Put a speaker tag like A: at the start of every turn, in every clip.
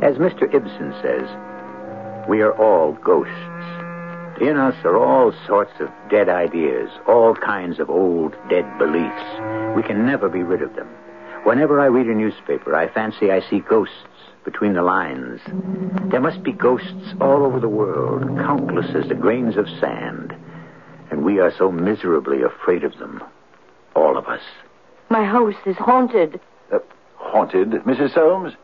A: As Mr. Ibsen says, we are all ghosts. In us are all sorts of dead ideas, all kinds of old dead beliefs. We can never be rid of them. Whenever I read a newspaper, I fancy I see ghosts between the lines. There must be ghosts all over the world, countless as the grains of sand. And we are so miserably afraid of them. All of us.
B: My house is haunted.
C: Uh, haunted, Mrs. Soames?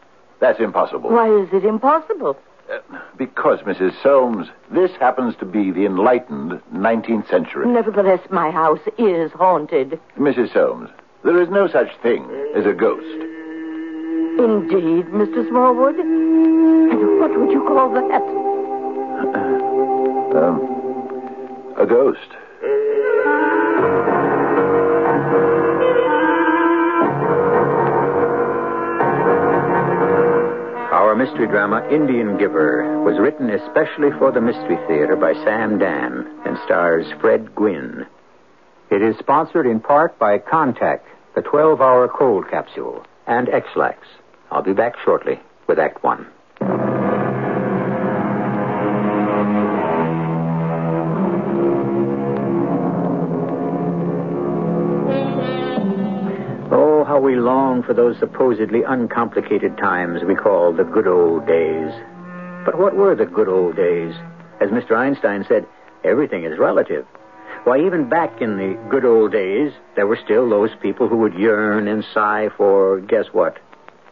C: That's impossible.
B: Why is it impossible?
C: Uh, because, Mrs. Soames, this happens to be the enlightened 19th century.
B: Nevertheless, my house is haunted.
C: Mrs. Soames, there is no such thing as a ghost.
B: Indeed, Mr. Smallwood. And what would you call that?
C: A ghost.
A: Our mystery drama, Indian Giver, was written especially for the Mystery Theater by Sam Dan and stars Fred Gwynn. It is sponsored in part by Contact, the 12 hour cold capsule, and X-Lax. I'll be back shortly with Act One. Oh, how we long for those supposedly uncomplicated times we call the good old days. But what were the good old days? As Mr. Einstein said, everything is relative. Why, even back in the good old days, there were still those people who would yearn and sigh for, guess what?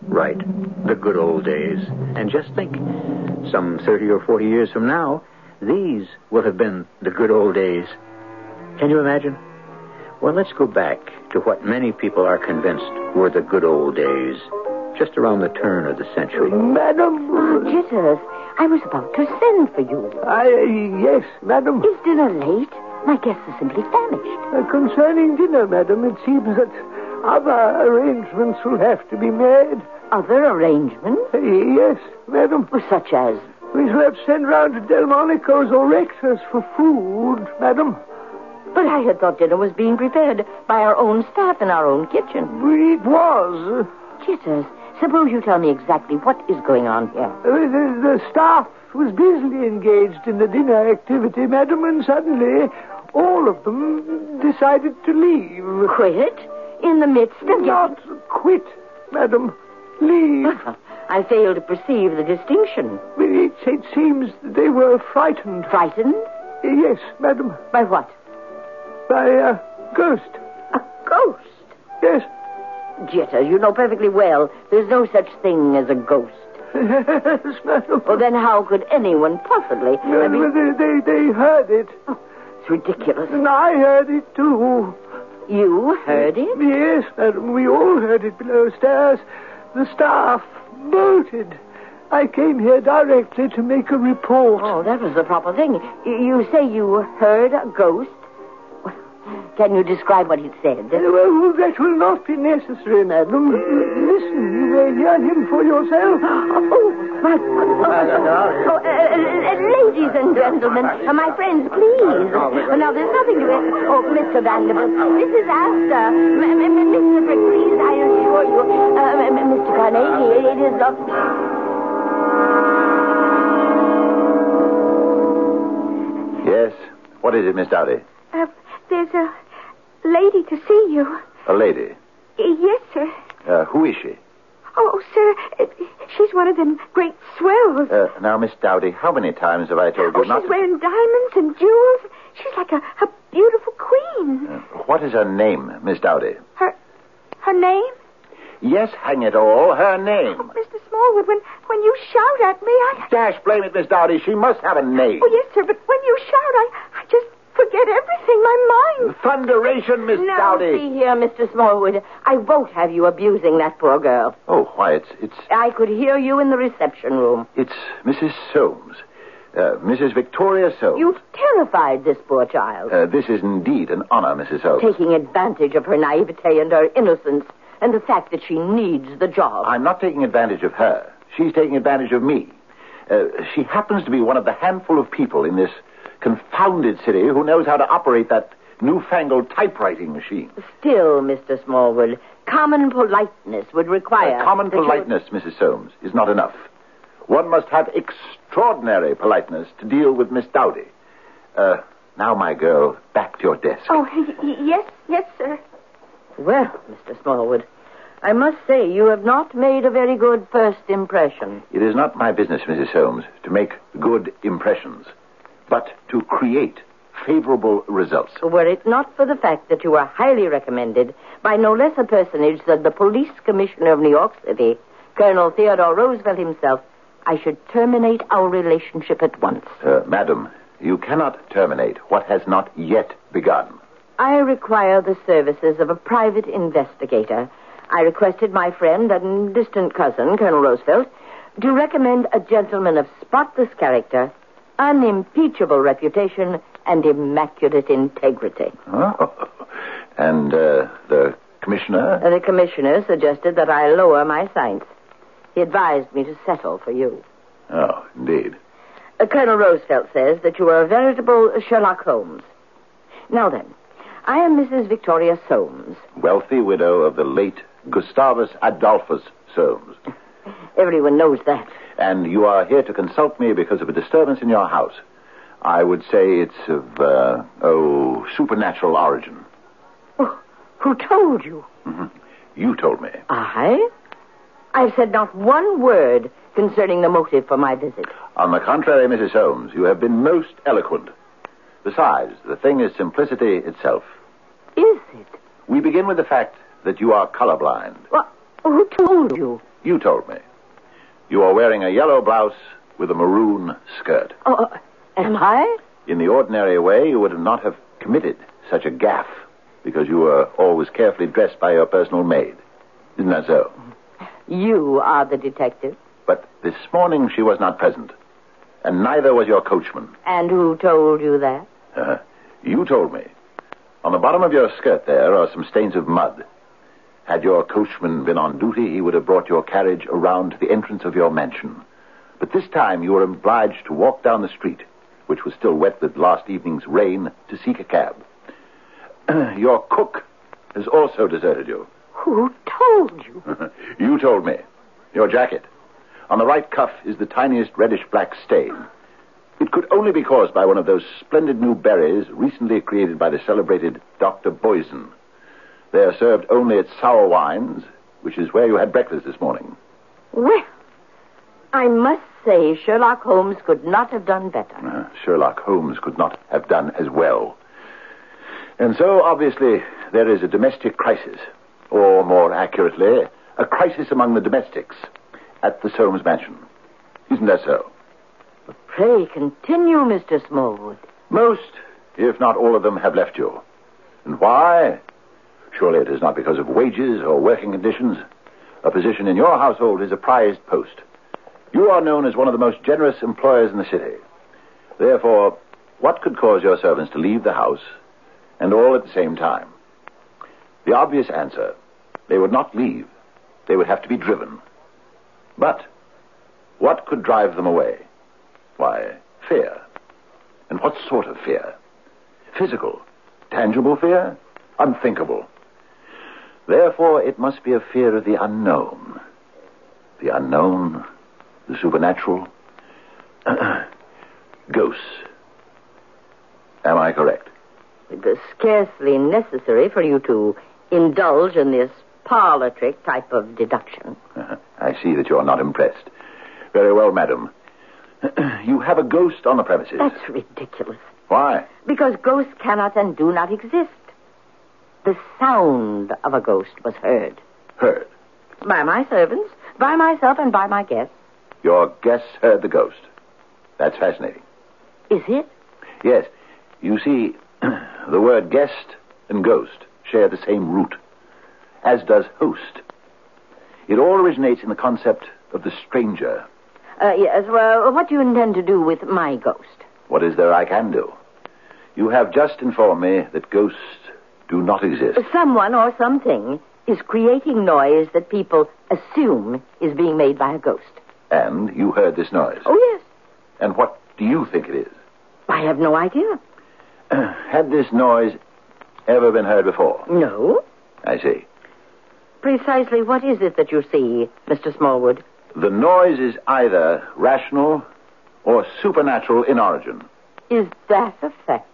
A: Right, the good old days. And just think, some 30 or 40 years from now, these will have been the good old days. Can you imagine? Well, let's go back to what many people are convinced were the good old days, just around the turn of the century.
B: Madam. Jitters, I was about to send for you.
D: I, uh, yes, madam.
B: Is dinner late? My guests are simply famished.
D: Uh, concerning dinner, madam, it seems that other arrangements will have to be made.
B: Other arrangements?
D: Uh, yes, madam.
B: Such as?
D: We shall have to send round to Delmonico's or Rex's for food, madam.
B: But I had thought dinner was being prepared by our own staff in our own kitchen.
D: It was.
B: Jitters, suppose you tell me exactly what is going on here.
D: Uh, the, the staff was busily engaged in the dinner activity, madam, and suddenly all of them decided to leave.
B: Quit? In the midst of...
D: Not quit, madam. Leave.
B: Ah. I fail to perceive the distinction.
D: It, it seems they were frightened.
B: Frightened?
D: Yes, madam.
B: By what?
D: By a ghost.
B: A ghost.
D: Yes.
B: Jitters, you know perfectly well there's no such thing as a ghost.
D: yes, madam.
B: Well, then how could anyone possibly? I mean,
D: they, they, they heard it.
B: it's ridiculous.
D: And I heard it too.
B: You heard it?
D: Yes, madam. We all heard it below stairs. The staff bolted. I came here directly to make a report.
B: Oh, that was the proper thing. You, you say you heard a ghost? Can you describe what it said?
D: Uh, Well, that will not be
B: Mm.
D: necessary, madam. Listen, you may hear him for yourself.
B: Oh, my goodness. Oh, uh, uh, uh, ladies and gentlemen, uh, my friends, please. Uh, now, there's nothing to it. Oh, Mr. Vanderbilt, Mrs. Astor, m- m- m- Mr. Frick, please, I assure you. Uh, m- m- Mr. Carnegie, it is not...
C: Yes. What is it, Miss Dowdy?
E: Uh, there's a lady to see you.
C: A lady.
E: Y- Yes, sir.
C: Uh, who is she?
E: Oh, sir, uh, she's one of them great swells.
C: Uh, now, Miss Dowdy, how many times have I told you
E: oh,
C: not
E: she's
C: to...
E: wearing diamonds and jewels. She's like a, a beautiful queen.
C: Uh, What is her name, Miss Dowdy?
E: Her her name?
C: Yes, hang it all, her name.
E: Oh, Mr. Smallwood, when, when you shout at me, I...
C: Dash blame it, Miss Dowdy. She must have a name.
E: Oh, yes, sir, but when you shout, I, I just forget forget everything, my mind.
C: Thunderation, Miss
B: Now, see
C: Dowdy.
B: here, Mr. Smallwood. I won't have you abusing that poor girl.
C: Oh, why, it's, it's,
B: I could hear you in the reception room.
C: it's Mrs. Soames. Uh, Mrs. Victoria Soames.
B: You've terrified this poor child,
C: Uh, this is indeed an honor, Mrs. Soames.
B: taking advantage of her naivete and her innocence and the fact that she needs the job.
C: I'm not taking advantage of her. She's taking advantage of me. Uh, she happens to be one of the handful of people in this confounded city who knows how to operate that newfangled typewriting machine.
B: Still, Mr. Smallwood, common politeness would require.
C: Uh, common
B: that you-
C: politeness, Mrs. Soames, is not enough. One must have extraordinary politeness to deal with Miss Dowdy. Uh, now, my girl, back to your desk.
E: Oh, y- y- yes, yes, sir.
B: Well, Mr. Smallwood, I must say you have not made a very good first impression.
C: It is not my business, Mrs. Soames, to make good impressions, but to create favorable results.
B: Were it not for the fact that you were highly recommended by no less a personage than the police commissioner of New York City, Colonel Theodore Roosevelt himself, I should terminate our relationship at once.
C: Uh, madam, you cannot terminate what has not yet begun.
B: I require the services of a private investigator. I requested my friend and distant cousin, Colonel Roosevelt, to recommend a gentleman of spotless character, unimpeachable reputation, and immaculate integrity.
C: Oh. And uh, the commissioner?
B: And Uh, the commissioner suggested that I lower my science. He advised me to settle for you.
C: Oh, indeed.
B: Uh, Colonel Roosevelt says that you are a veritable Sherlock Holmes. Now then, I am Mrs. Victoria Soames.
C: Wealthy widow of the late Gustavus Adolphus Soames.
B: Everyone knows that.
C: And you are here to consult me because of a disturbance in your house. I would say it's of, uh, oh, supernatural origin.
B: Who told you?
C: You told me.
B: I? I've said not one word concerning the motive for my visit.
C: On the contrary, Mrs. Holmes, you have been most eloquent. Besides, the thing is simplicity itself.
B: Is it?
C: We begin with the fact that you are colorblind.
B: Well, who told you?
C: You told me. You are wearing a yellow blouse with a maroon skirt.
B: Oh, uh, am I?
C: In the ordinary way, you would not have committed such a gaffe because you were always carefully dressed by your personal maid. Isn't that so?
B: You are the detective.
C: But this morning she was not present, and neither was your coachman.
B: And who told you that?
C: Uh, you told me. On the bottom of your skirt there are some stains of mud. Had your coachman been on duty, he would have brought your carriage around to the entrance of your mansion. But this time you were obliged to walk down the street, which was still wet with last evening's rain, to seek a cab. your cook has also deserted you.
B: Who told you?
C: you told me. Your jacket. On the right cuff is the tiniest reddish black stain. It could only be caused by one of those splendid new berries recently created by the celebrated Dr. Boysen. They are served only at Sour Wines, which is where you had breakfast this morning.
B: Well, I must say Sherlock Holmes could not have done better.
C: Uh, Sherlock Holmes could not have done as well. And so, obviously, there is a domestic crisis, or more accurately, a crisis among the domestics at the Soames Mansion. Isn't that so?
B: Pray continue, Mr. Smallwood.
C: Most, if not all of them, have left you. And why? Surely it is not because of wages or working conditions. A position in your household is a prized post. You are known as one of the most generous employers in the city. Therefore, what could cause your servants to leave the house and all at the same time? The obvious answer they would not leave, they would have to be driven. But what could drive them away? Why, fear. And what sort of fear? Physical, tangible fear? Unthinkable. Therefore, it must be a fear of the unknown. The unknown, the supernatural, ghosts. Am I correct?
B: It was scarcely necessary for you to indulge in this parlor trick type of deduction.
C: Uh-huh. I see that you are not impressed. Very well, madam. you have a ghost on the premises.
B: That's ridiculous.
C: Why?
B: Because ghosts cannot and do not exist. The sound of a ghost was heard
C: Heard.
B: by my servants, by myself, and by my guests.
C: Your guests heard the ghost. That's fascinating.
B: Is it?
C: Yes. You see, the word guest and ghost share the same root, as does host. It all originates in the concept of the stranger.
B: Uh, yes, well, what do you intend to do with my ghost?
C: What is there I can do? You have just informed me that ghosts do not exist.
B: Someone or something is creating noise that people assume is being made by a ghost.
C: And you heard this noise.
B: Oh, yes.
C: And what do you think it is?
B: I have no idea.
C: Had this noise ever been heard before?
B: No.
C: I see.
B: Precisely what is it that you see, Mr. Smallwood?
C: The noise is either rational or supernatural in origin.
B: Is that a fact?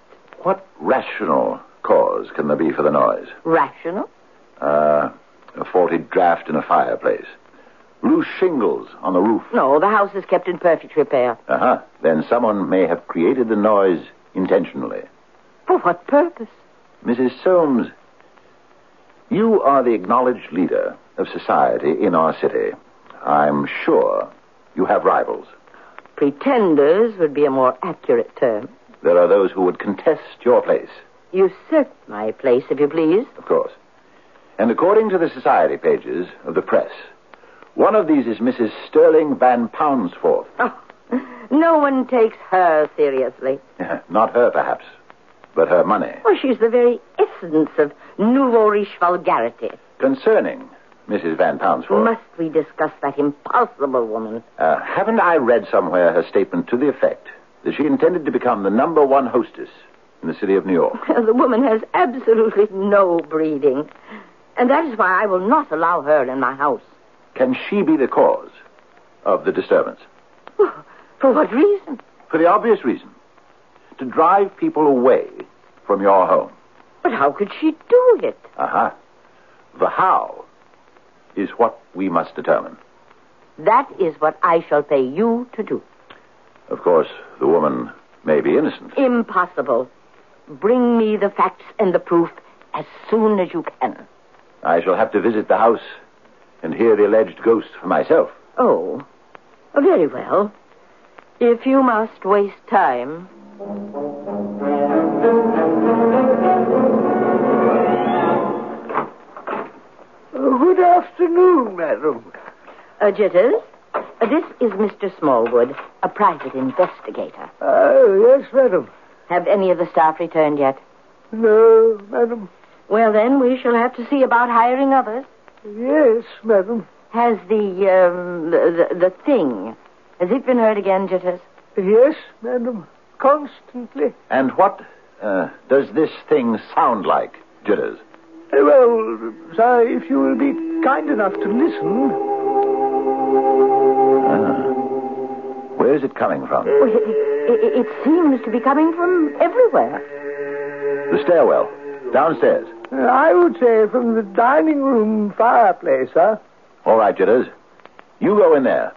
C: What rational cause can there be for the noise?
B: Rational?
C: Uh, a faulty draft in a fireplace. Loose shingles on the roof.
B: No, the house is kept in perfect repair.
C: Uh huh. Then someone may have created the noise intentionally.
B: For what purpose?
C: Mrs. Soames, you are the acknowledged leader of society in our city. I'm sure you have rivals.
B: Pretenders would be a more accurate term.
C: There are those who would contest your place,
B: Usurp my place, if you please.
C: of course. And according to the society pages of the press, one of these is Mrs. Sterling Van Poundsforth.
B: Oh, No one takes her seriously.
C: Not her, perhaps, but her money.
B: Well, she's the very essence of nouveau riche vulgarity.
C: Concerning Mrs. Van Poundsforth,
B: Must we discuss that impossible woman?
C: uh, haven't I read somewhere her statement to the effect that she intended to become the number one hostess in the city of New York?
B: The woman has absolutely no breeding. And that is why I will not allow her in my house.
C: Can she be the cause of the disturbance?
B: Oh, For what reason?
C: For the obvious reason to drive people away from your home.
B: But how could she do it?
C: Uh huh. The how is what we must determine.
B: That is what I shall pay you to do.
C: Of course, the woman may be innocent.
B: Impossible. Bring me the facts and the proof as soon as you can.
C: I shall have to visit the house and hear the alleged ghost for myself.
B: Oh, very well. If you must waste time.
D: Uh, good afternoon, madam.
B: Uh, Jitters, uh, this is Mr. Smallwood, a private investigator.
D: Uh, yes, madam.
B: Have any of the staff returned yet?
D: No, madam.
B: Well, then, we shall have to see about hiring others.
D: Yes, madam.
B: Has the, um, the, the the thing, has it been heard again, Jitters?
D: Yes, madam. Constantly.
C: And what uh, does this thing sound like, Jitters?
D: Uh, Well, sir, if you will be kind enough to listen.
C: Where is it coming from?
B: Well, it, it, it seems to be coming from everywhere.
C: The stairwell, downstairs.
D: uh, I would say from the dining room fireplace, sir.
C: All right, Jitters. You go in there,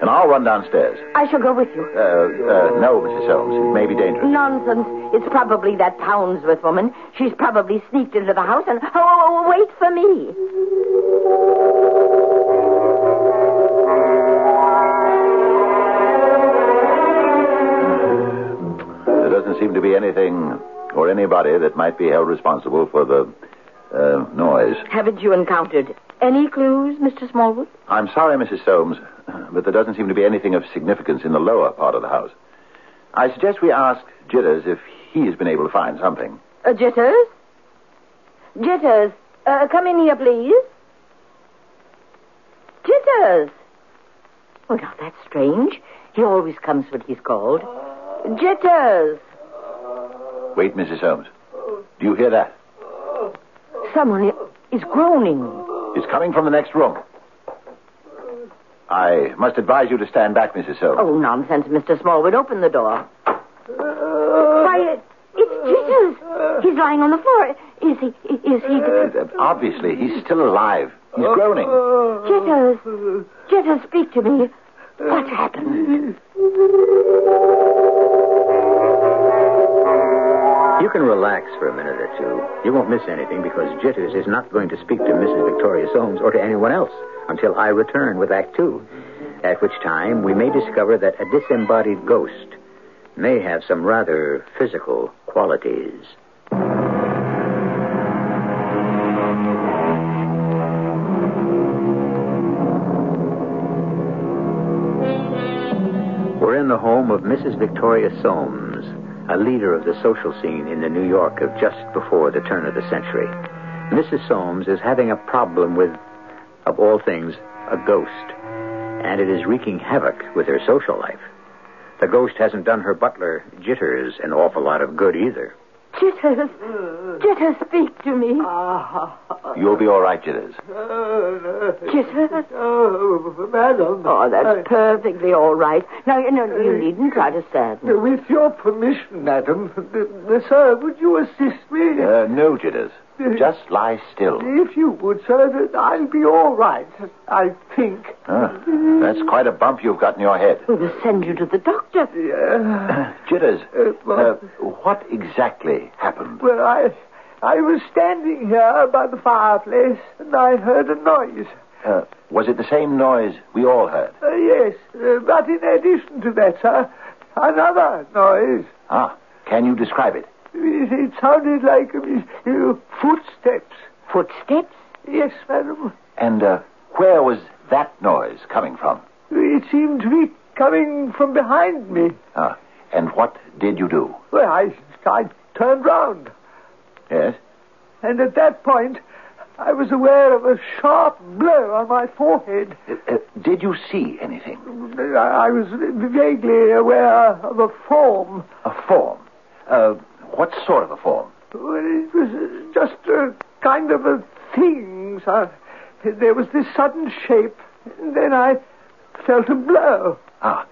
C: and I'll run downstairs.
B: I shall go with you.
C: Uh, uh, no, Mrs. Holmes, it may be dangerous.
B: Nonsense. It's probably that Poundsworth woman. She's probably sneaked into the house and. Oh, oh, oh, wait for me.
C: There doesn't seem to be anything or anybody that might be held responsible for the uh, noise.
B: Haven't you encountered any clues, Mr. Smallwood?
C: I'm sorry, Mrs. Soames, but there doesn't seem to be anything of significance in the lower part of the house. I suggest we ask Jitters if he has been able to find something.
B: Uh, Jitters? Jitters, uh, come in here, please. Jitters! Oh, now that's strange. He always comes when he's called. Jitters!
C: Wait, Mrs. Holmes. Do you hear that?
B: Someone i- is groaning.
C: It's coming from the next room. I must advise you to stand back, Mrs. Holmes.
B: Oh, nonsense, Mr. Smallwood. Open the door. Why, it, it's Jitters. He's lying on the floor. Is he, is he,
C: Obviously, he's still alive. He's groaning.
B: Jitters, Jitters, speak to me. What happened?
A: You can relax for a minute or two. You won't miss anything because Jitters is not going to speak to Mrs. Victoria Soames or to anyone else until I return with Act Two, at which time we may discover that a disembodied ghost may have some rather physical qualities. We're in the home of Mrs. Victoria Soames, a leader of the social scene in the New York of just before the turn of the century. Mrs. Soames is having a problem with, of all things, a ghost, and it is wreaking havoc with her social life. The ghost hasn't done her butler, Jitters, an awful lot of good either.
B: Jitters. Jitters, speak to me.
C: You'll be all right, Jitters.
D: Uh,
B: Jitters.
D: Oh, madam.
B: Oh, that's perfectly all right. No, you know, you needn't try to sadden.
D: With your permission, madam, Eh, sir, would you assist me?
C: Uh, no, Jitters. Just lie still.
D: If you would, sir, that I'll be all right, I think.
C: Huh. That's quite a bump you've got in your head.
B: We will send you to the doctor.
D: Yeah.
C: Jitters,
D: Uh,
C: uh,
D: what?
C: what exactly happened?
D: Well, I, I was standing here by the fireplace, and I heard a noise.
C: Uh, was it the same noise we all heard?
D: Uh, yes, uh, but in addition to that, sir, another noise.
C: Ah, can you describe it?
D: It, it sounded like uh, footsteps.
B: Footsteps?
D: Yes, madam.
C: And uh, where was that noise coming from?
D: It seemed to be coming from behind me.
C: Ah, and what did you do?
D: Well, I, I turned round,
C: Yes?
D: and at that point, I was aware of a sharp blow on my forehead.
C: Uh, uh, did you see anything?
D: I I was vaguely aware of a form.
C: A form? Uh, what sort of a form?
D: Well, it was uh, just a kind of a thing, sir. There was this sudden shape, and then I felt a blow.
C: Ah,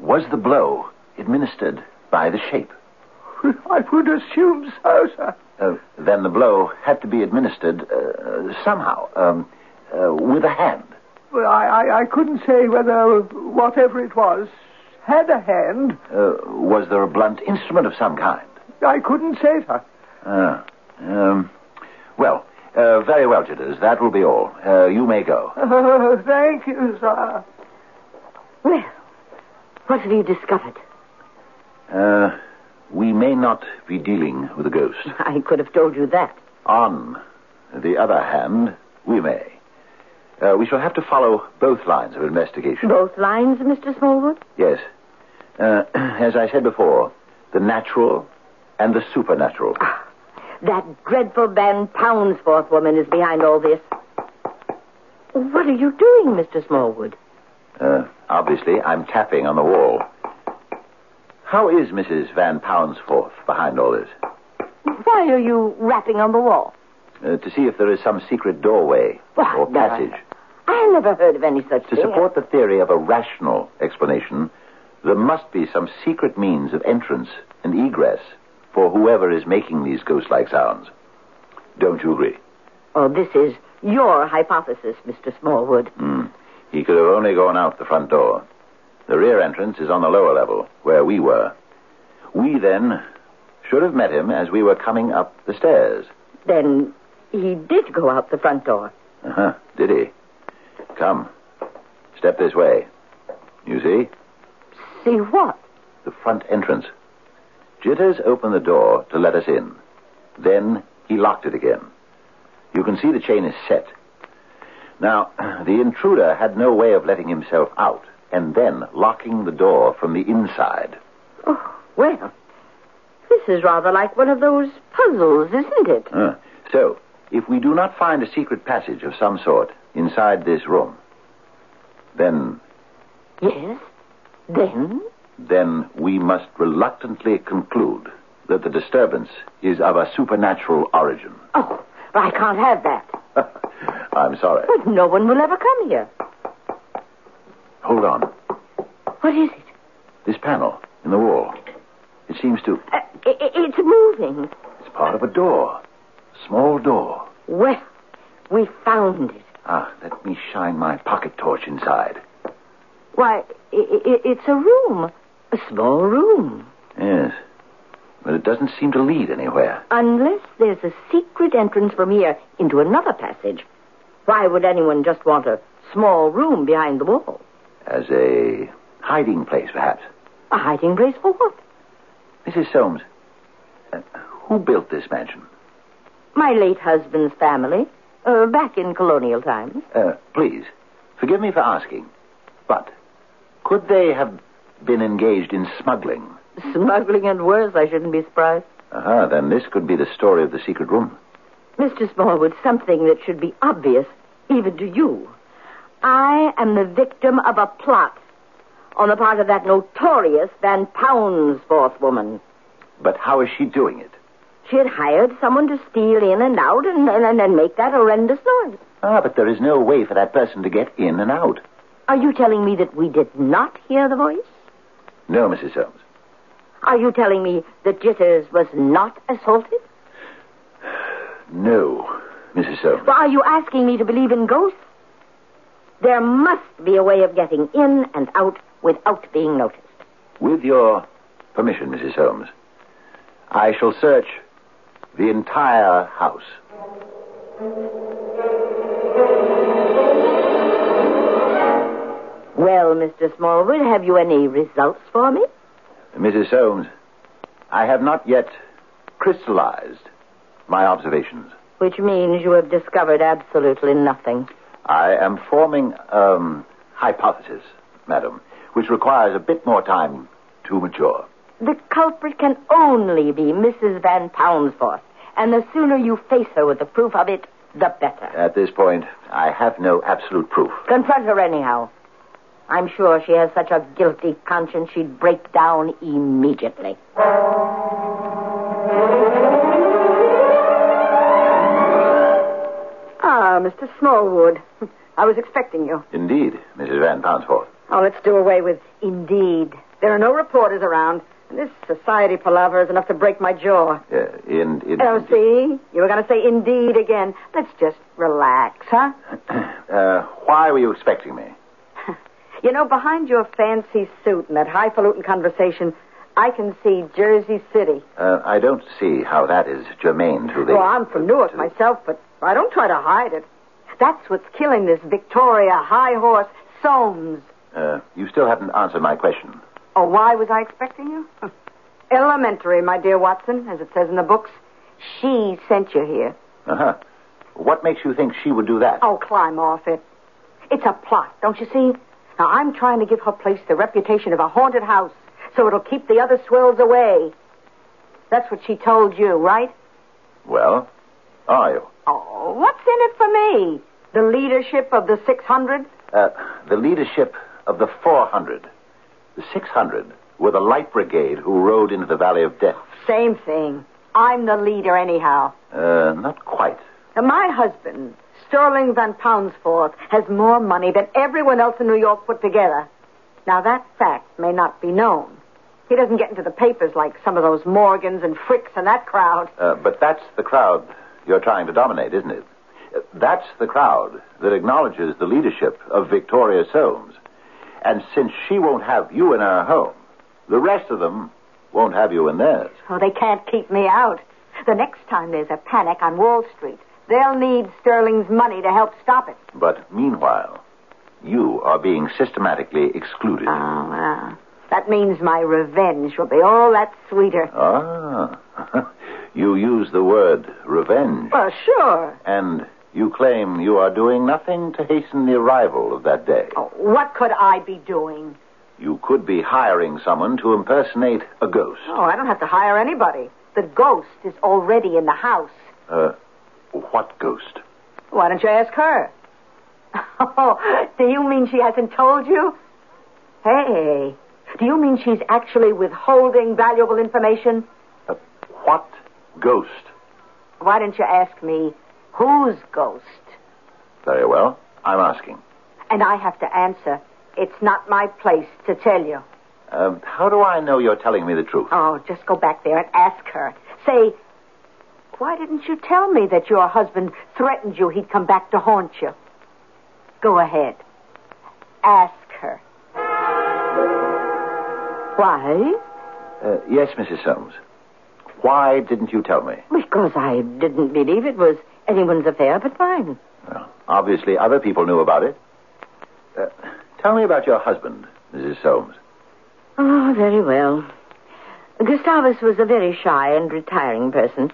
C: was the blow administered by the shape?
D: I would assume so, sir.
C: Uh, then the blow had to be administered uh, somehow, um, uh, with a hand.
D: Well, I, I, I couldn't say whether whatever it was had a hand.
C: Uh, was there a blunt instrument of some kind?
D: I couldn't say, sir.
C: Ah, um, well, uh, very well, Jitters. That will be all. Uh, you may go.
D: Oh, thank you, sir.
B: Well, what have you discovered?
C: Uh, we may not be dealing with a ghost.
B: I could have told you that.
C: On the other hand, we may. Uh, we shall have to follow both lines of investigation.
B: Both lines, Mr. Smallwood?
C: Yes. Uh, as I said before, the natural and the supernatural.
B: That dreadful Van Poundsforth woman is behind all this. What are you doing, Mr. Smallwood?
C: Uh, obviously, I'm tapping on the wall. How is Mrs. Van Poundsforth behind all this?
B: Why are you rapping on the wall?
C: Uh, to see if there is some secret doorway
B: Why,
C: or
B: no, I-
C: passage.
B: I never heard of any such
C: To
B: thing.
C: support the theory of a rational explanation, there must be some secret means of entrance and egress for whoever is making these ghost like sounds. Don't you agree?
B: Oh, this is your hypothesis, Mr. Smallwood.
C: Hmm. He could have only gone out the front door. The rear entrance is on the lower level, where we were. We then should have met him as we were coming up the stairs.
B: Then he did go out the front door.
C: Uh huh. Did he? Come. Step this way. You see?
B: See what?
C: The front entrance. Jitters opened the door to let us in. Then he locked it again. You can see the chain is set. Now, the intruder had no way of letting himself out and then locking the door from the inside.
B: Oh, well, this is rather like one of those puzzles, isn't it?
C: Huh. So, if we do not find a secret passage of some sort inside this room, then
B: Yes. Then?
C: then we must reluctantly conclude that the disturbance is of a supernatural origin.
B: Oh, I can't have that.
C: I'm sorry.
B: But no one will ever come here.
C: Hold on.
B: What is it?
C: This panel in the wall. It seems to.
B: Uh, i i- it's moving.
C: It's part of a door. Small door.
B: Well, we found it.
C: Ah, let me shine my pocket torch inside.
B: Why, i i it's a room. A small room.
C: Yes. But it doesn't seem to lead anywhere.
B: Unless there's a secret entrance from here into another passage. Why would anyone just want a small room behind the wall?
C: As a hiding place, perhaps.
B: A hiding place for what?
C: Mrs. Soames, uh, who built this mansion?
B: My late husband's family, uh, back in colonial times.
C: Uh, please, forgive me for asking, but could they have been engaged in smuggling?
B: Smuggling and worse, I shouldn't be surprised.
C: Uh-huh, then this could be the story of the secret room.
B: Mr. Smallwood, something that should be obvious, even to you. I am the victim of a plot on the part of that notorious Van Poundsforth woman.
C: But how is she doing it?
B: She had hired someone to steal in and out and, and, and make that horrendous noise.
C: Ah, but there is no way for that person to get in and out.
B: Are you telling me that we did not hear the voice?
C: No, Mrs. Soames.
B: Are you telling me that Jitters was not assaulted?
C: No, Mrs. Soames.
B: Well, are you asking me to believe in ghosts? There must be a way of getting in and out without being noticed.
C: With your permission, Mrs. Holmes, I shall search the entire house.
B: Well, Mr. Smallwood, have you any results for me?
C: Mrs. Holmes, I have not yet crystallized my observations.
B: Which means you have discovered absolutely nothing.
C: I am forming a um, hypothesis, madam, which requires a bit more time to mature.
B: The culprit can only be Mrs. Van Poundsforth, and the sooner you face her with the proof of it, the better.
C: At this point, I have no absolute proof.
B: Confront her anyhow. I'm sure she has such a guilty conscience she'd break down immediately.
E: Ah, Mr. Smallwood. I was expecting you.
C: Indeed, Mrs. Van Poundsforth.
E: Oh, let's do away with indeed. There are no reporters around. and This society palaver is enough to break my jaw.
C: Uh, in, in,
E: Oh, see? You were going to say indeed again. Let's just relax, huh?
C: Uh, why were you expecting me?
E: You know, behind your fancy suit and that highfalutin conversation, I can see Jersey City.
C: Uh, I don't see how that is germane to the.
E: Well, I'm from Newark myself, but I don't try to hide it. That's what's killing this Victoria high horse, Soames.
C: Uh, you still haven't answered my question.
E: Oh, why was I expecting you? Huh. Elementary, my dear Watson, as it says in the books. She sent you here.
C: Uh huh. What makes you think she would do that?
E: Oh, climb off it. It's a plot, don't you see? Now, I'm trying to give her place the reputation of a haunted house so it'll keep the other swells away. That's what she told you, right?
C: Well, are you?
E: Oh, what's in it for me? The leadership of the 600?
C: Uh, the leadership of the 400. The 600 were the light brigade who rode into the Valley of Death.
E: Same thing. I'm the leader, anyhow.
C: Uh, not quite.
E: Now, my husband, Sterling Van Poundsforth, has more money than everyone else in New York put together. Now, that fact may not be known. He doesn't get into the papers like some of those Morgans and Fricks and that crowd.
C: Uh, but that's the crowd you're trying to dominate, isn't it? Uh, That's the crowd that acknowledges the leadership of Victoria Soames. And since she won't have you in her home, the rest of them won't have you in theirs.
E: Oh, they can't keep me out. The next time there's a panic on Wall Street, they'll need Sterling's money to help stop it.
C: But meanwhile, you are being systematically excluded.
B: Ah.
E: Oh, well. That means my revenge will be all that sweeter.
C: Ah. you use the word revenge.
E: Well, sure.
C: And you claim you are doing nothing to hasten the arrival of that day.
E: Oh, what could I be doing?
C: You could be hiring someone to impersonate a ghost.
E: Oh, I don't have to hire anybody. The ghost is already in the house.
C: Uh, what ghost?
E: Why don't you ask her? Oh, do you mean she hasn't told you? Hey, do you mean she's actually withholding valuable information?
C: Uh, what ghost?
E: Why didn't you ask me whose ghost?
C: Very well. I'm asking.
E: And I have to answer. It's not my place to tell you.
C: Um, how do I know you're telling me the truth?
E: Oh, just go back there and ask her. Say, why didn't you tell me that your husband threatened you he'd come back to haunt you? Go ahead. Ask her. Why?
C: Uh, yes, Mrs. Soames. Why didn't you tell me?
B: Because I didn't believe it was anyone's affair but mine.
C: Well, obviously, other people knew about it. Uh, tell me about your husband, Mrs. Soames.
B: Oh, very well. Gustavus was a very shy and retiring person.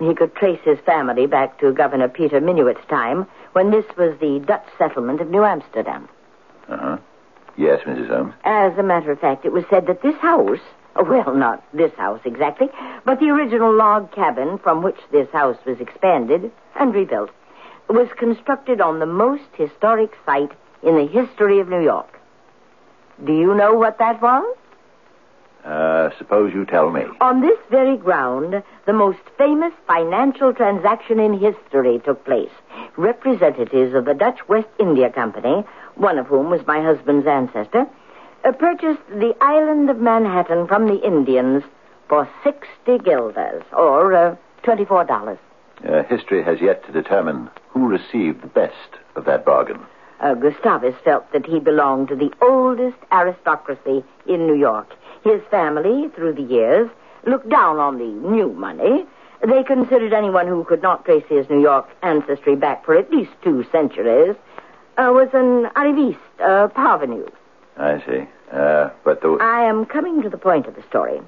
B: He could trace his family back to Governor Peter Minuit's time, when this was the Dutch settlement of New Amsterdam.
C: Uh huh. Yes, Mrs. Holmes.
B: As a matter of fact, it was said that this house, well, not this house exactly, but the original log cabin from which this house was expanded and rebuilt, was constructed on the most historic site in the history of New York. Do you know what that was?
C: Uh, suppose you tell me.
B: On this very ground, the most famous financial transaction in history took place. Representatives of the Dutch West India Company, one of whom was my husband's ancestor, uh, purchased the island of Manhattan from the Indians for 60 guilders, or uh, $24.
C: Uh, history has yet to determine who received the best of that bargain.
B: Uh, Gustavus felt that he belonged to the oldest aristocracy in New York. His family, through the years, looked down on the new money. They considered anyone who could not trace his New York ancestry back for at least two centuries uh, was an arriviste, a parvenu.
C: I see. Uh, but the.
B: I am coming to the point of the story.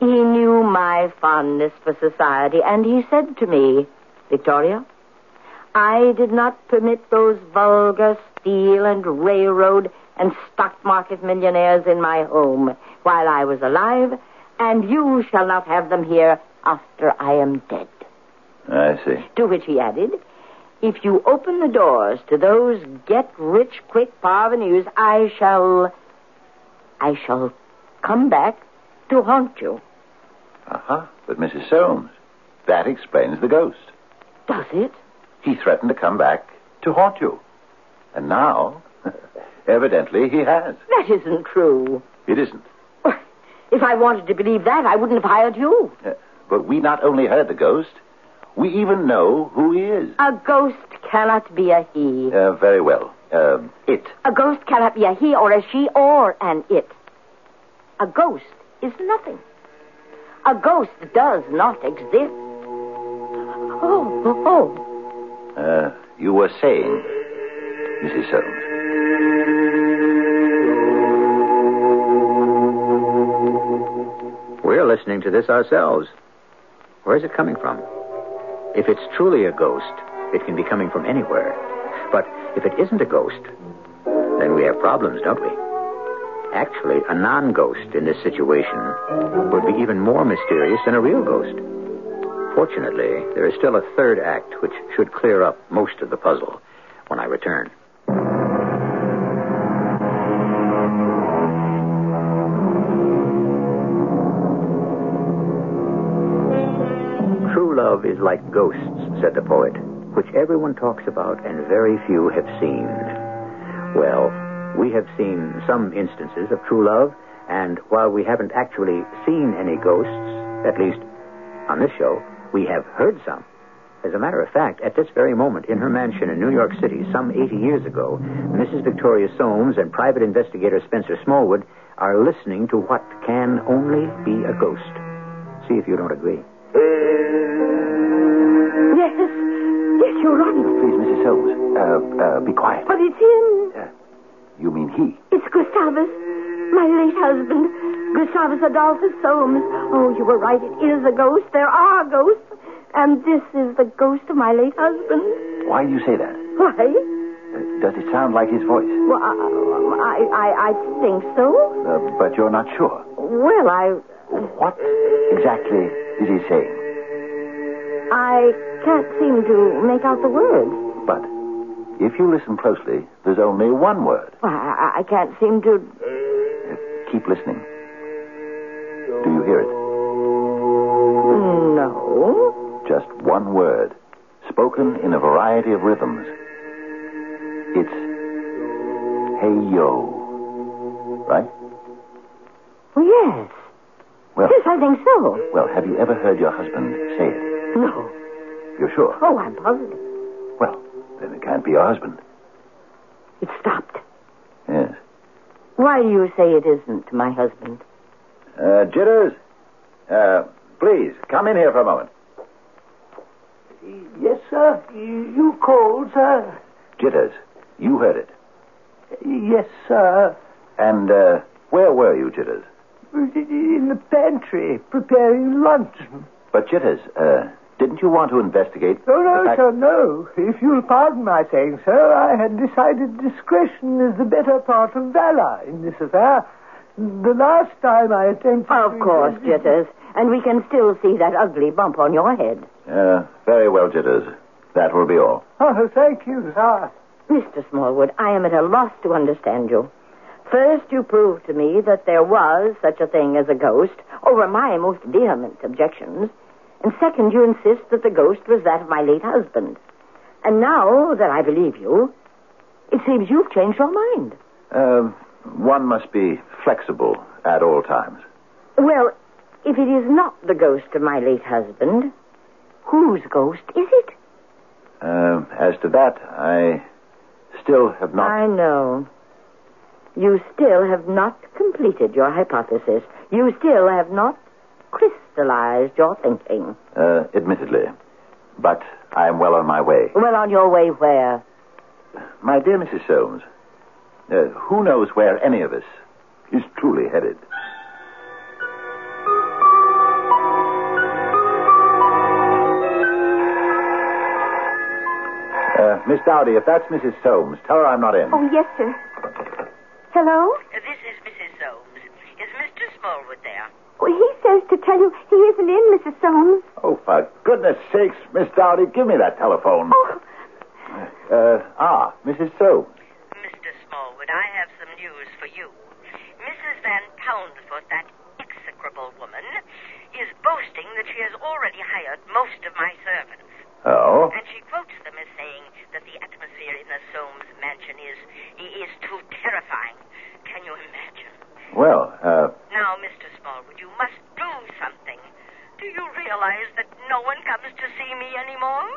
B: He knew my fondness for society, and he said to me, Victoria, I did not permit those vulgar steel and railroad and stock market millionaires in my home while I was alive, and you shall not have them here after I am dead.
C: I see.
B: To which he added, If you open the doors to those get rich quick parvenus, I shall. I shall come back to haunt you.
C: Uh huh. But Mrs. Soames, that explains the ghost.
B: Does it?
C: He threatened to come back to haunt you. And now, evidently, he has.
B: That isn't true.
C: It isn't.
B: If I wanted to believe that, I wouldn't have hired you.
C: Uh, but we not only heard the ghost, we even know who he is.
B: A ghost cannot be a he.
C: Uh, very well. Um, it.
B: A ghost cannot be a he or a she or an it. A ghost is nothing. A ghost does not exist. Oh, oh, oh.
C: Uh, you were saying, Mrs. Soames.
A: We're listening to this ourselves. Where's it coming from? If it's truly a ghost, it can be coming from anywhere. But if it isn't a ghost, then we have problems, don't we? Actually, a non ghost in this situation would be even more mysterious than a real ghost. Fortunately, there is still a third act which should clear up most of the puzzle when I return. True love is like ghosts, said the poet, which everyone talks about and very few have seen. Well, we have seen some instances of true love, and while we haven't actually seen any ghosts, at least on this show, we have heard some. As a matter of fact, at this very moment, in her mansion in New York City, some 80 years ago, Mrs. Victoria Soames and private investigator Spencer Smallwood are listening to what can only be a ghost. See if you don't agree.
B: Yes, yes, you're right.
C: Please, Mrs. Soames, uh, uh, be quiet. Uh,
B: But it's him.
C: You mean he?
B: It's Gustavus, my late husband, Gustavus Adolphus Soames. Oh, you were right. It is a ghost. There are ghosts. And this is the ghost of my late husband.
C: Why do you say that?
B: Why?
C: Uh, does it sound like his voice?
B: Well, I, I, I think so.
C: Uh, but you're not sure.
B: Well, I,
C: What exactly is he saying?
B: I can't seem to make out the words.
C: But if you listen closely, there's only one word.
B: Well, I, I can't seem to.
C: Uh, keep listening. Do you hear it?
B: No.
C: Just one word, spoken in a variety of rhythms. It's hey yo, right?
B: Well, yes.
C: Well,
B: Yes, I think so.
C: well, have you ever heard your husband say it?
B: No.
C: You're sure?
B: Oh, I'm positive.
C: Well, then it can't be your husband.
B: It stopped.
C: Yes.
B: Why do you say it isn't my husband?
C: Uh, Jitters, uh, please come in here for a moment.
D: Yes, sir. You called, sir?
C: Jitters, you heard it.
D: Yes, sir.
C: And uh, where were you, Jitters?
D: In the pantry preparing luncheon.
C: But Jitters, uh, didn't you want to investigate?
D: No, no,
C: the fact-
D: sir, no. If you'll pardon my saying so, I had decided discretion is the better part of valor in this affair. The last time I attempted.
F: Of
D: to-
F: course, Jitters. And we can still see that ugly bump on your head.
C: Uh, very well, Jitters. That will be all.
D: Oh, thank you, sir.
F: Mr. Smallwood, I am at a loss to understand you. First, you proved to me that there was such a thing as a ghost, over my most vehement objections. And second, you insist that the ghost was that of my late husband. And now that I believe you, it seems you've changed your mind.
C: Uh, one must be flexible at all times.
F: Well, if it is not the ghost of my late husband, whose ghost is it?
C: Uh, as to that, I still have not.
F: I know. You still have not completed your hypothesis. You still have not crystallized your thinking.
C: Uh, admittedly. But I am well on my way.
F: Well, on your way where?
C: My dear Mrs. Soames, uh, who knows where any of us is truly headed? Uh, Miss Dowdy, if that's Mrs. Soames, tell her I'm not in.
F: Oh, yes, sir. Hello?
B: This is Mrs. Soames. Is Mr. Smallwood there?
F: Well, he says to tell you he isn't in, Mrs. Soames.
C: Oh, for goodness sakes, Miss Dowdy, give me that telephone.
F: Oh,
C: Uh, ah, Mrs. Soames.
B: Mr. Smallwood, I have some news for you. Mrs. Van Poundfoot, that execrable woman, is boasting that she has already hired most of my servants.
C: Oh?
B: And she quotes them as saying that the atmosphere in the Soames mansion is is too terrifying. Can you imagine?
C: Well, uh,
B: Now, Mr. Smallwood, you must do something. Do you realize that no one comes to see me anymore?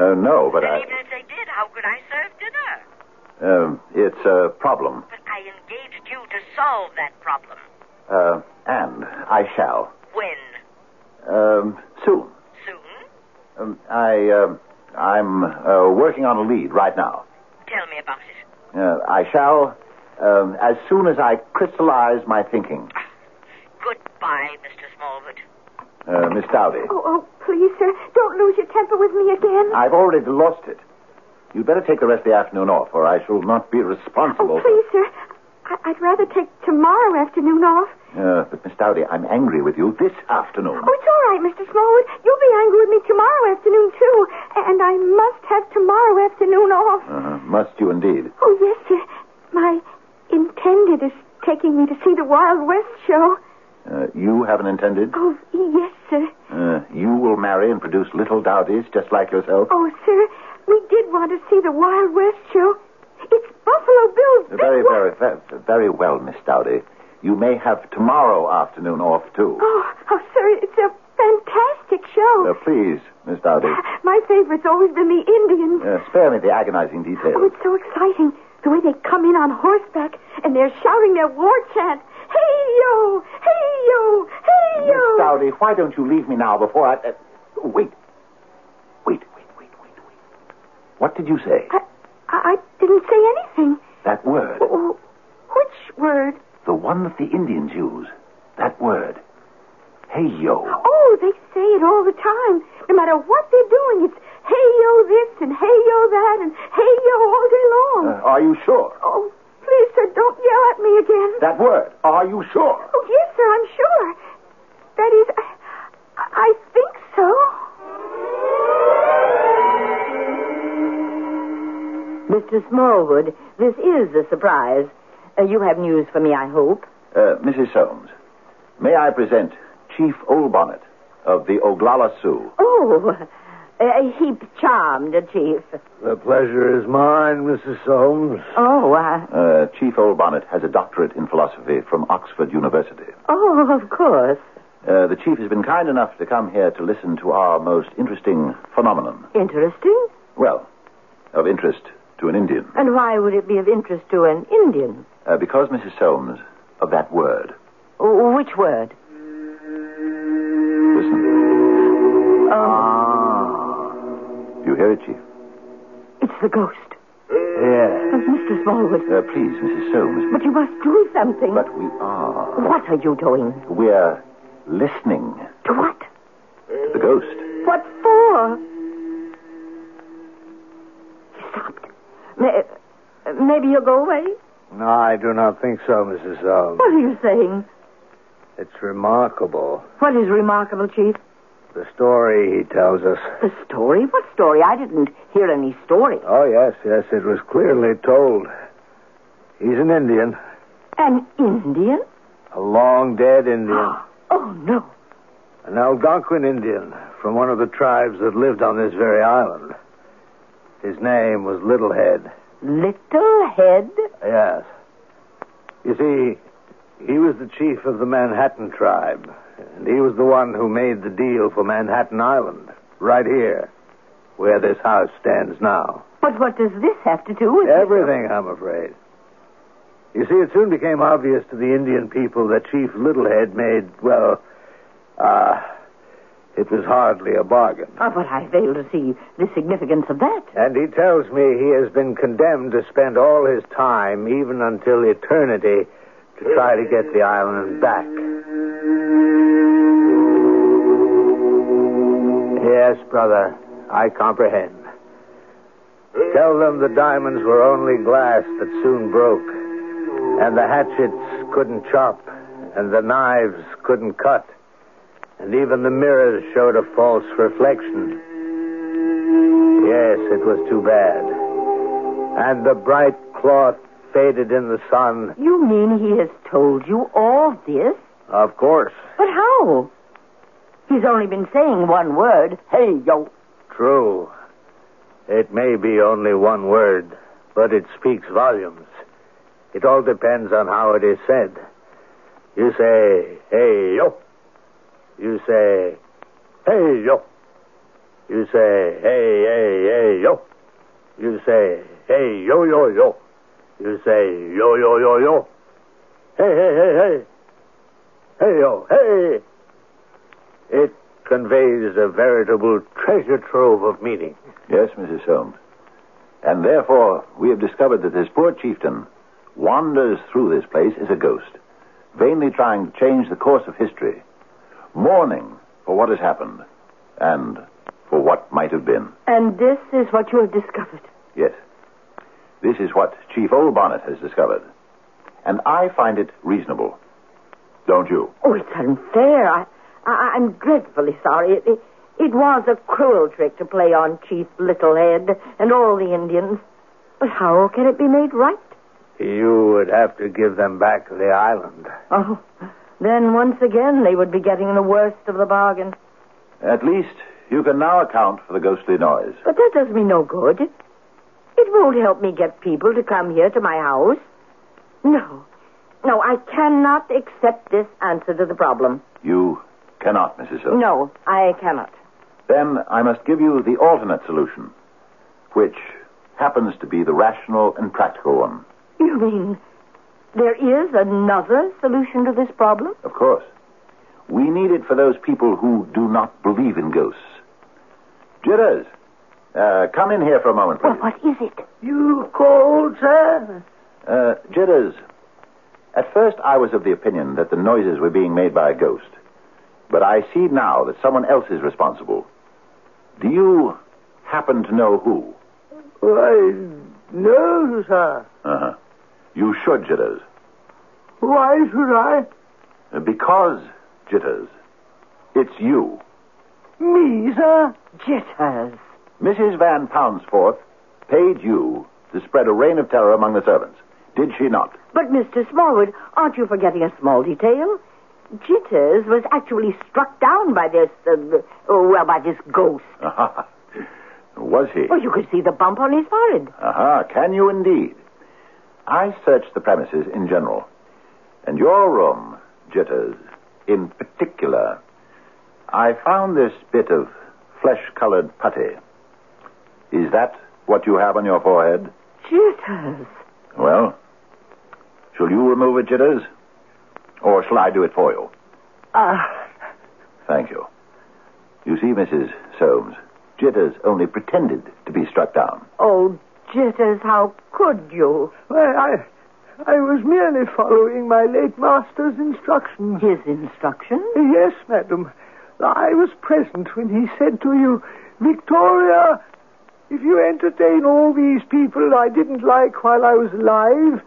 C: uh, no, but I.
B: and even if they did, how could I serve dinner?
C: Um, it's a problem.
B: But I engaged you to solve that problem.
C: Uh, and I shall.
B: When?
C: Um, soon.
B: Soon?
C: Um, I, um I'm uh, working on a lead right now.
B: Tell me about it.
C: Uh, I shall, um, as soon as I crystallize my thinking.
B: Goodbye, Mr. Smallwood.
C: Uh, Miss Dowdy,
F: oh, oh, please, sir. Don't lose your temper with me again.
C: I've already lost it. You'd better take the rest of the afternoon off, or I shall not be responsible.
F: Oh, please, sir. I- I'd rather take tomorrow afternoon off.
C: Uh, but Miss Dowdy, I'm angry with you this afternoon.
F: Oh, it's all right, Mr. Smallwood. You'll be angry with me tomorrow afternoon, too. And I must have tomorrow afternoon off.
C: Uh-huh. Must you indeed?
F: Oh, yes, sir. My intended is taking me to see the Wild West show.
C: Uh, you haven't intended?
F: Oh, yes, sir.
C: Uh, you will marry and produce little Dowdies just like yourself?
F: Oh, sir, we did want to see the Wild West show. It's Buffalo Bill's big
C: Uh, Very,
F: one.
C: very, very, very well, Miss Dowdy. You may have tomorrow afternoon off, too.
F: Oh, oh, sir, it's a fantastic show.
C: Uh, please, Miss Dowdy,
F: My favorite's always been the Indians.
C: uh, spare me the agonizing
F: Oh,
C: details.
F: it's so exciting. The way they come in on horseback and they're shouting their war chant. Hey yo! Hey yo! Hey
C: Miss
F: yo!
C: Dowdy, why don't you leave me now before I. Uh, wait. Wait, wait, wait, wait, wait. What did you say?
F: I, I I didn't say anything.
C: That word.
F: Oh, which word?
C: The one that the Indians use. That word. Hey, yo.
F: Oh, they say it all the time. No matter what they're doing, it's hey yo this and hey yo that and hey yo all day long.
C: Uh, are you sure?
F: Oh, please, sir, don't yell at me again.
C: That word. Are you sure?
F: Oh, yes, sir, I'm sure. That is, I, I think so. Mr. Smallwood, this is a surprise. Uh, you have news for me, I hope.
C: Uh, Mrs. Soames, may I present Chief Olbonnet of the Oglala Sioux?
F: Oh, a heap charmed, Chief.
D: The pleasure is mine, Mrs. Soames.
F: Oh, uh,
C: Uh, Chief Olbonnet has a doctorate in philosophy from Oxford University.
F: oh, of course.
C: Uh, the chief has been kind enough to come here to listen to our most interesting phenomenon.
F: Interesting.
C: Well, of interest to an Indian.
F: And why would it be of interest to an Indian?
C: Uh, because, Mrs. Soames, of that word.
F: Oh, Which word?
C: Listen.
F: Oh,
C: Do you hear it, Chief?
F: it's the ghost.
C: Yeah.
F: Mr. Smallwood,
C: Uh, please, Mrs. Soames.
F: but you must do something.
C: But we are.
F: What are you doing?
C: We're listening
B: To what?
C: to the ghost.
B: What for? He stopped. May- Maybe you'll go away?
D: No, I do not think so, Mrs. Holmes.
B: What are you saying?
D: It's remarkable,
B: What is remarkable, Chief?
D: the story he tells us.
B: The story? What story? I didn't hear any story.
D: Oh, yes, yes, it was clearly told. He's an Indian,
B: An Indian?
D: a long dead Indian,
B: Oh, no.
D: an Algonquin Indian from one of the tribes that lived on this very island. His name was Littlehead.
B: Little head?
D: Yes. You see, he was the chief of the Manhattan tribe, and he was the one who made the deal for Manhattan Island, right here, where this house stands now.
B: But what does this have to do with it?
D: Everything, I'm afraid. You see, it soon became obvious to the Indian people that Chief Littlehead made, well, ah, it was hardly a bargain.
B: Oh, but I fail to see the significance of that.
D: And he tells me he has been condemned to spend all his time, even until eternity, to try to get the island back. Yes, brother, I comprehend. Tell them the diamonds were only glass that soon broke, and the hatchets couldn't chop, and the knives couldn't cut, and even the mirrors showed a false reflection. Yes, it was too bad. And the bright cloth faded in the sun.
B: You mean he has told you all this?
D: Of course.
B: But how? He's only been saying one word. Hey, yo.
D: True. It may be only one word, but it speaks volumes. It all depends on how it is said. You say, hey, yo. You say, hey, yo. You say, hey, hey, hey, yo. You say, hey, yo, yo, yo. You say, yo, yo, yo, yo. Hey, hey, hey, hey. Hey, yo, hey. It conveys a veritable treasure trove of meaning.
C: Yes, Mrs. Holmes. And therefore, we have discovered that this poor chieftain wanders through this place as a ghost, vainly trying to change the course of history, mourning for what has happened and for what might have been.
B: And this is what you have discovered.
C: Yes. This is what Chief Old Bonnet has discovered. And I find it reasonable. Don't you?
B: Oh, it's unfair. I, I, I'm dreadfully sorry. It, it, it was a cruel trick to play on Chief Littlehead and all the Indians. But how can it be made right?
D: You would have to give them back the island.
B: Oh, then once again they would be getting the worst of the bargain.
C: At least you can now account for the ghostly noise.
B: But that does me no good. It won't help me get people to come here to my house. No. No, I cannot accept this answer to the problem.
C: You cannot, Mrs. Holmes.
B: No, I cannot.
C: Then I must give you the alternate solution, which happens to be the rational and practical one.
B: You mean there is another solution to this problem?
C: Of course. We need it for those people who do not believe in ghosts. Jitters, uh, come in here for a moment,
B: Well,
C: please.
B: what is it?
D: You cold, sir?
C: Uh, Jitters, at first I was of the opinion that the noises were being made by a ghost, but I see now that someone else is responsible. Do you happen to know who?
D: Why, no, sir.
C: Uh-huh. You should, Jitters.
D: Why should I?
C: Because, Jitters, it's you.
D: Me, sir?
B: Jitters.
C: Mrs. Van Pounsforth paid you to spread a reign of terror among the servants, did she not?
B: But, Mr. Smallwood, aren't you forgetting a small detail? Jitters was actually struck down by this, uh, oh, well, by this ghost.
C: Was he?
B: Well, you could see the bump on his forehead.
C: Aha, can you indeed? I searched the premises in general, and your room, Jitters, in particular. I found this bit of flesh colored putty. Is that what you have on your forehead?
B: Jitters.
C: Well, shall you remove it, Jitters? Or shall I do it for you?
D: Ah,
C: Thank you. You see, Mrs. Soames, Jitters only pretended to be struck down.
B: Oh, Jitters, how could you?
D: well, I, I was merely following my late master's instructions.
B: His instructions?
D: Yes, madam. I was present when he said to you, Victoria, if you entertain all these people I didn't like while I was alive,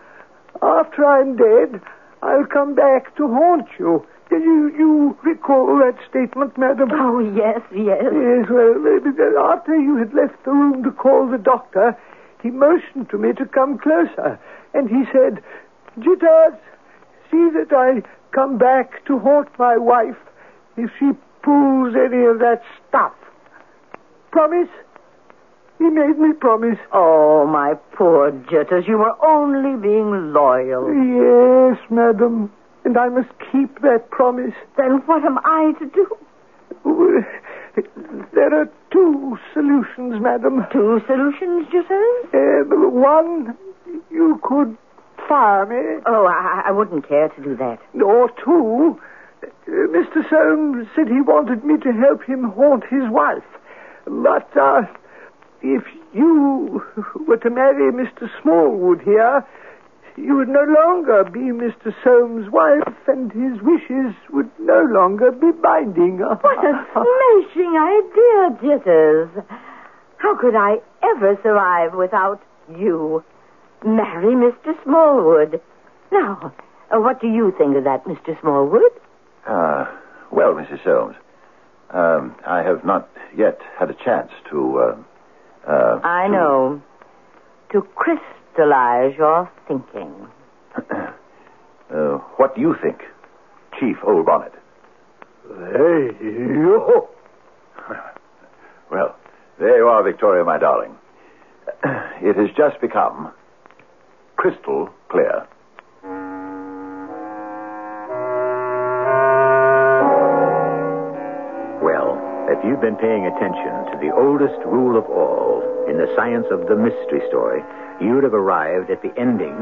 D: after I'm dead, I'll come back to haunt you. Do you, you recall that statement, madam?
B: Oh, yes, yes.
D: Yes, well, after you had left the room to call the doctor, he motioned to me to come closer, and he said, Jitters, see that I come back to haunt my wife if she pulls any of that stuff. Promise? He made me promise.
B: Oh, my poor Jitters, you were only being loyal.
D: Yes, madam, and I must keep that promise.
B: Then what am I to do?
D: Well, There are two solutions, madam.
B: Two solutions, Jitters?
D: Uh, one, you could fire me.
B: Oh, I, I wouldn't care to do that.
D: Or two, uh, Mr. Soames said he wanted me to help him haunt his wife. But uh, if you were to marry Mr. Smallwood here, you would no longer be Mr. Soames' wife, and his wishes would no longer be binding.
B: What a smashing idea, Jitters. How could I ever survive without you? Marry Mr. Smallwood. Now, uh, what do you think of that, Mr. Smallwood?
C: Ah, well, Mrs. Soames, um, I have not yet had a chance to. Uh, uh,
B: I know. To crystallize your thinking.
C: uh, what do you think, Chief Old Bonnet?
D: Hey, yo.
C: Well, there you are, Victoria, my darling. It has just become crystal clear.
A: Well, if you've been paying attention to the oldest rule of all in the science of the mystery story, you'd have arrived at the ending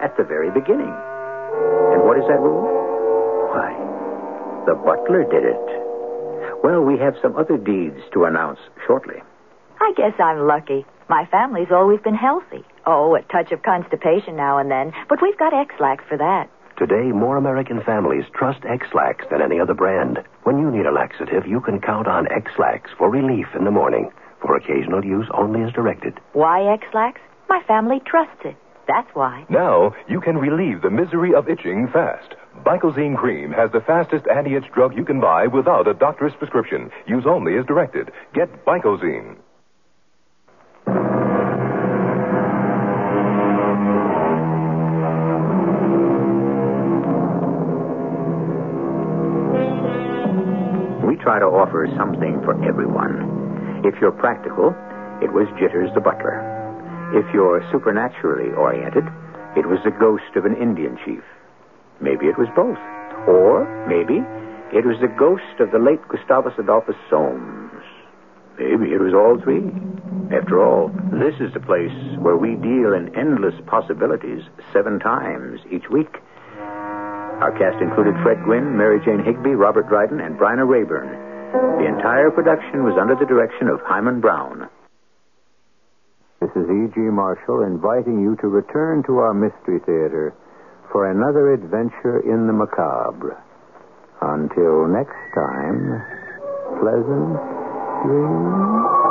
A: at the very beginning. And what is that rule? Why, the butler did it. Well, we have some other deeds to announce shortly.
G: I guess I'm lucky. My family's always been healthy. Oh, a touch of constipation now and then, but we've got X-Lax for that.
H: Today, more American families trust X-Lax than any other brand. When you need a laxative, you can count on X-Lax for relief in the morning. For occasional use only as directed.
G: Why X-Lax? My family trusts it. That's why.
I: Now, you can relieve the misery of itching fast. Biclozine cream has the fastest anti-itch drug you can buy without a doctor's prescription. Use only as directed. Get Biclozine.
A: We try to offer something for everyone. If you're practical, it was Jitters the butler. If you're supernaturally oriented, it was the ghost of an Indian chief. Maybe it was both. Or maybe it was the ghost of the late Gustavus Adolphus Soames. Maybe it was all three. After all, this is the place where we deal in endless possibilities seven times each week. Our cast included Fred Gwynn, Mary Jane Higby, Robert Dryden, and Bryna Rayburn. The entire production was under the direction of Hyman Brown. This is E.G. E Marshall inviting you to return to our Mystery Theater for another adventure in the macabre. Until next time, pleasant dreams.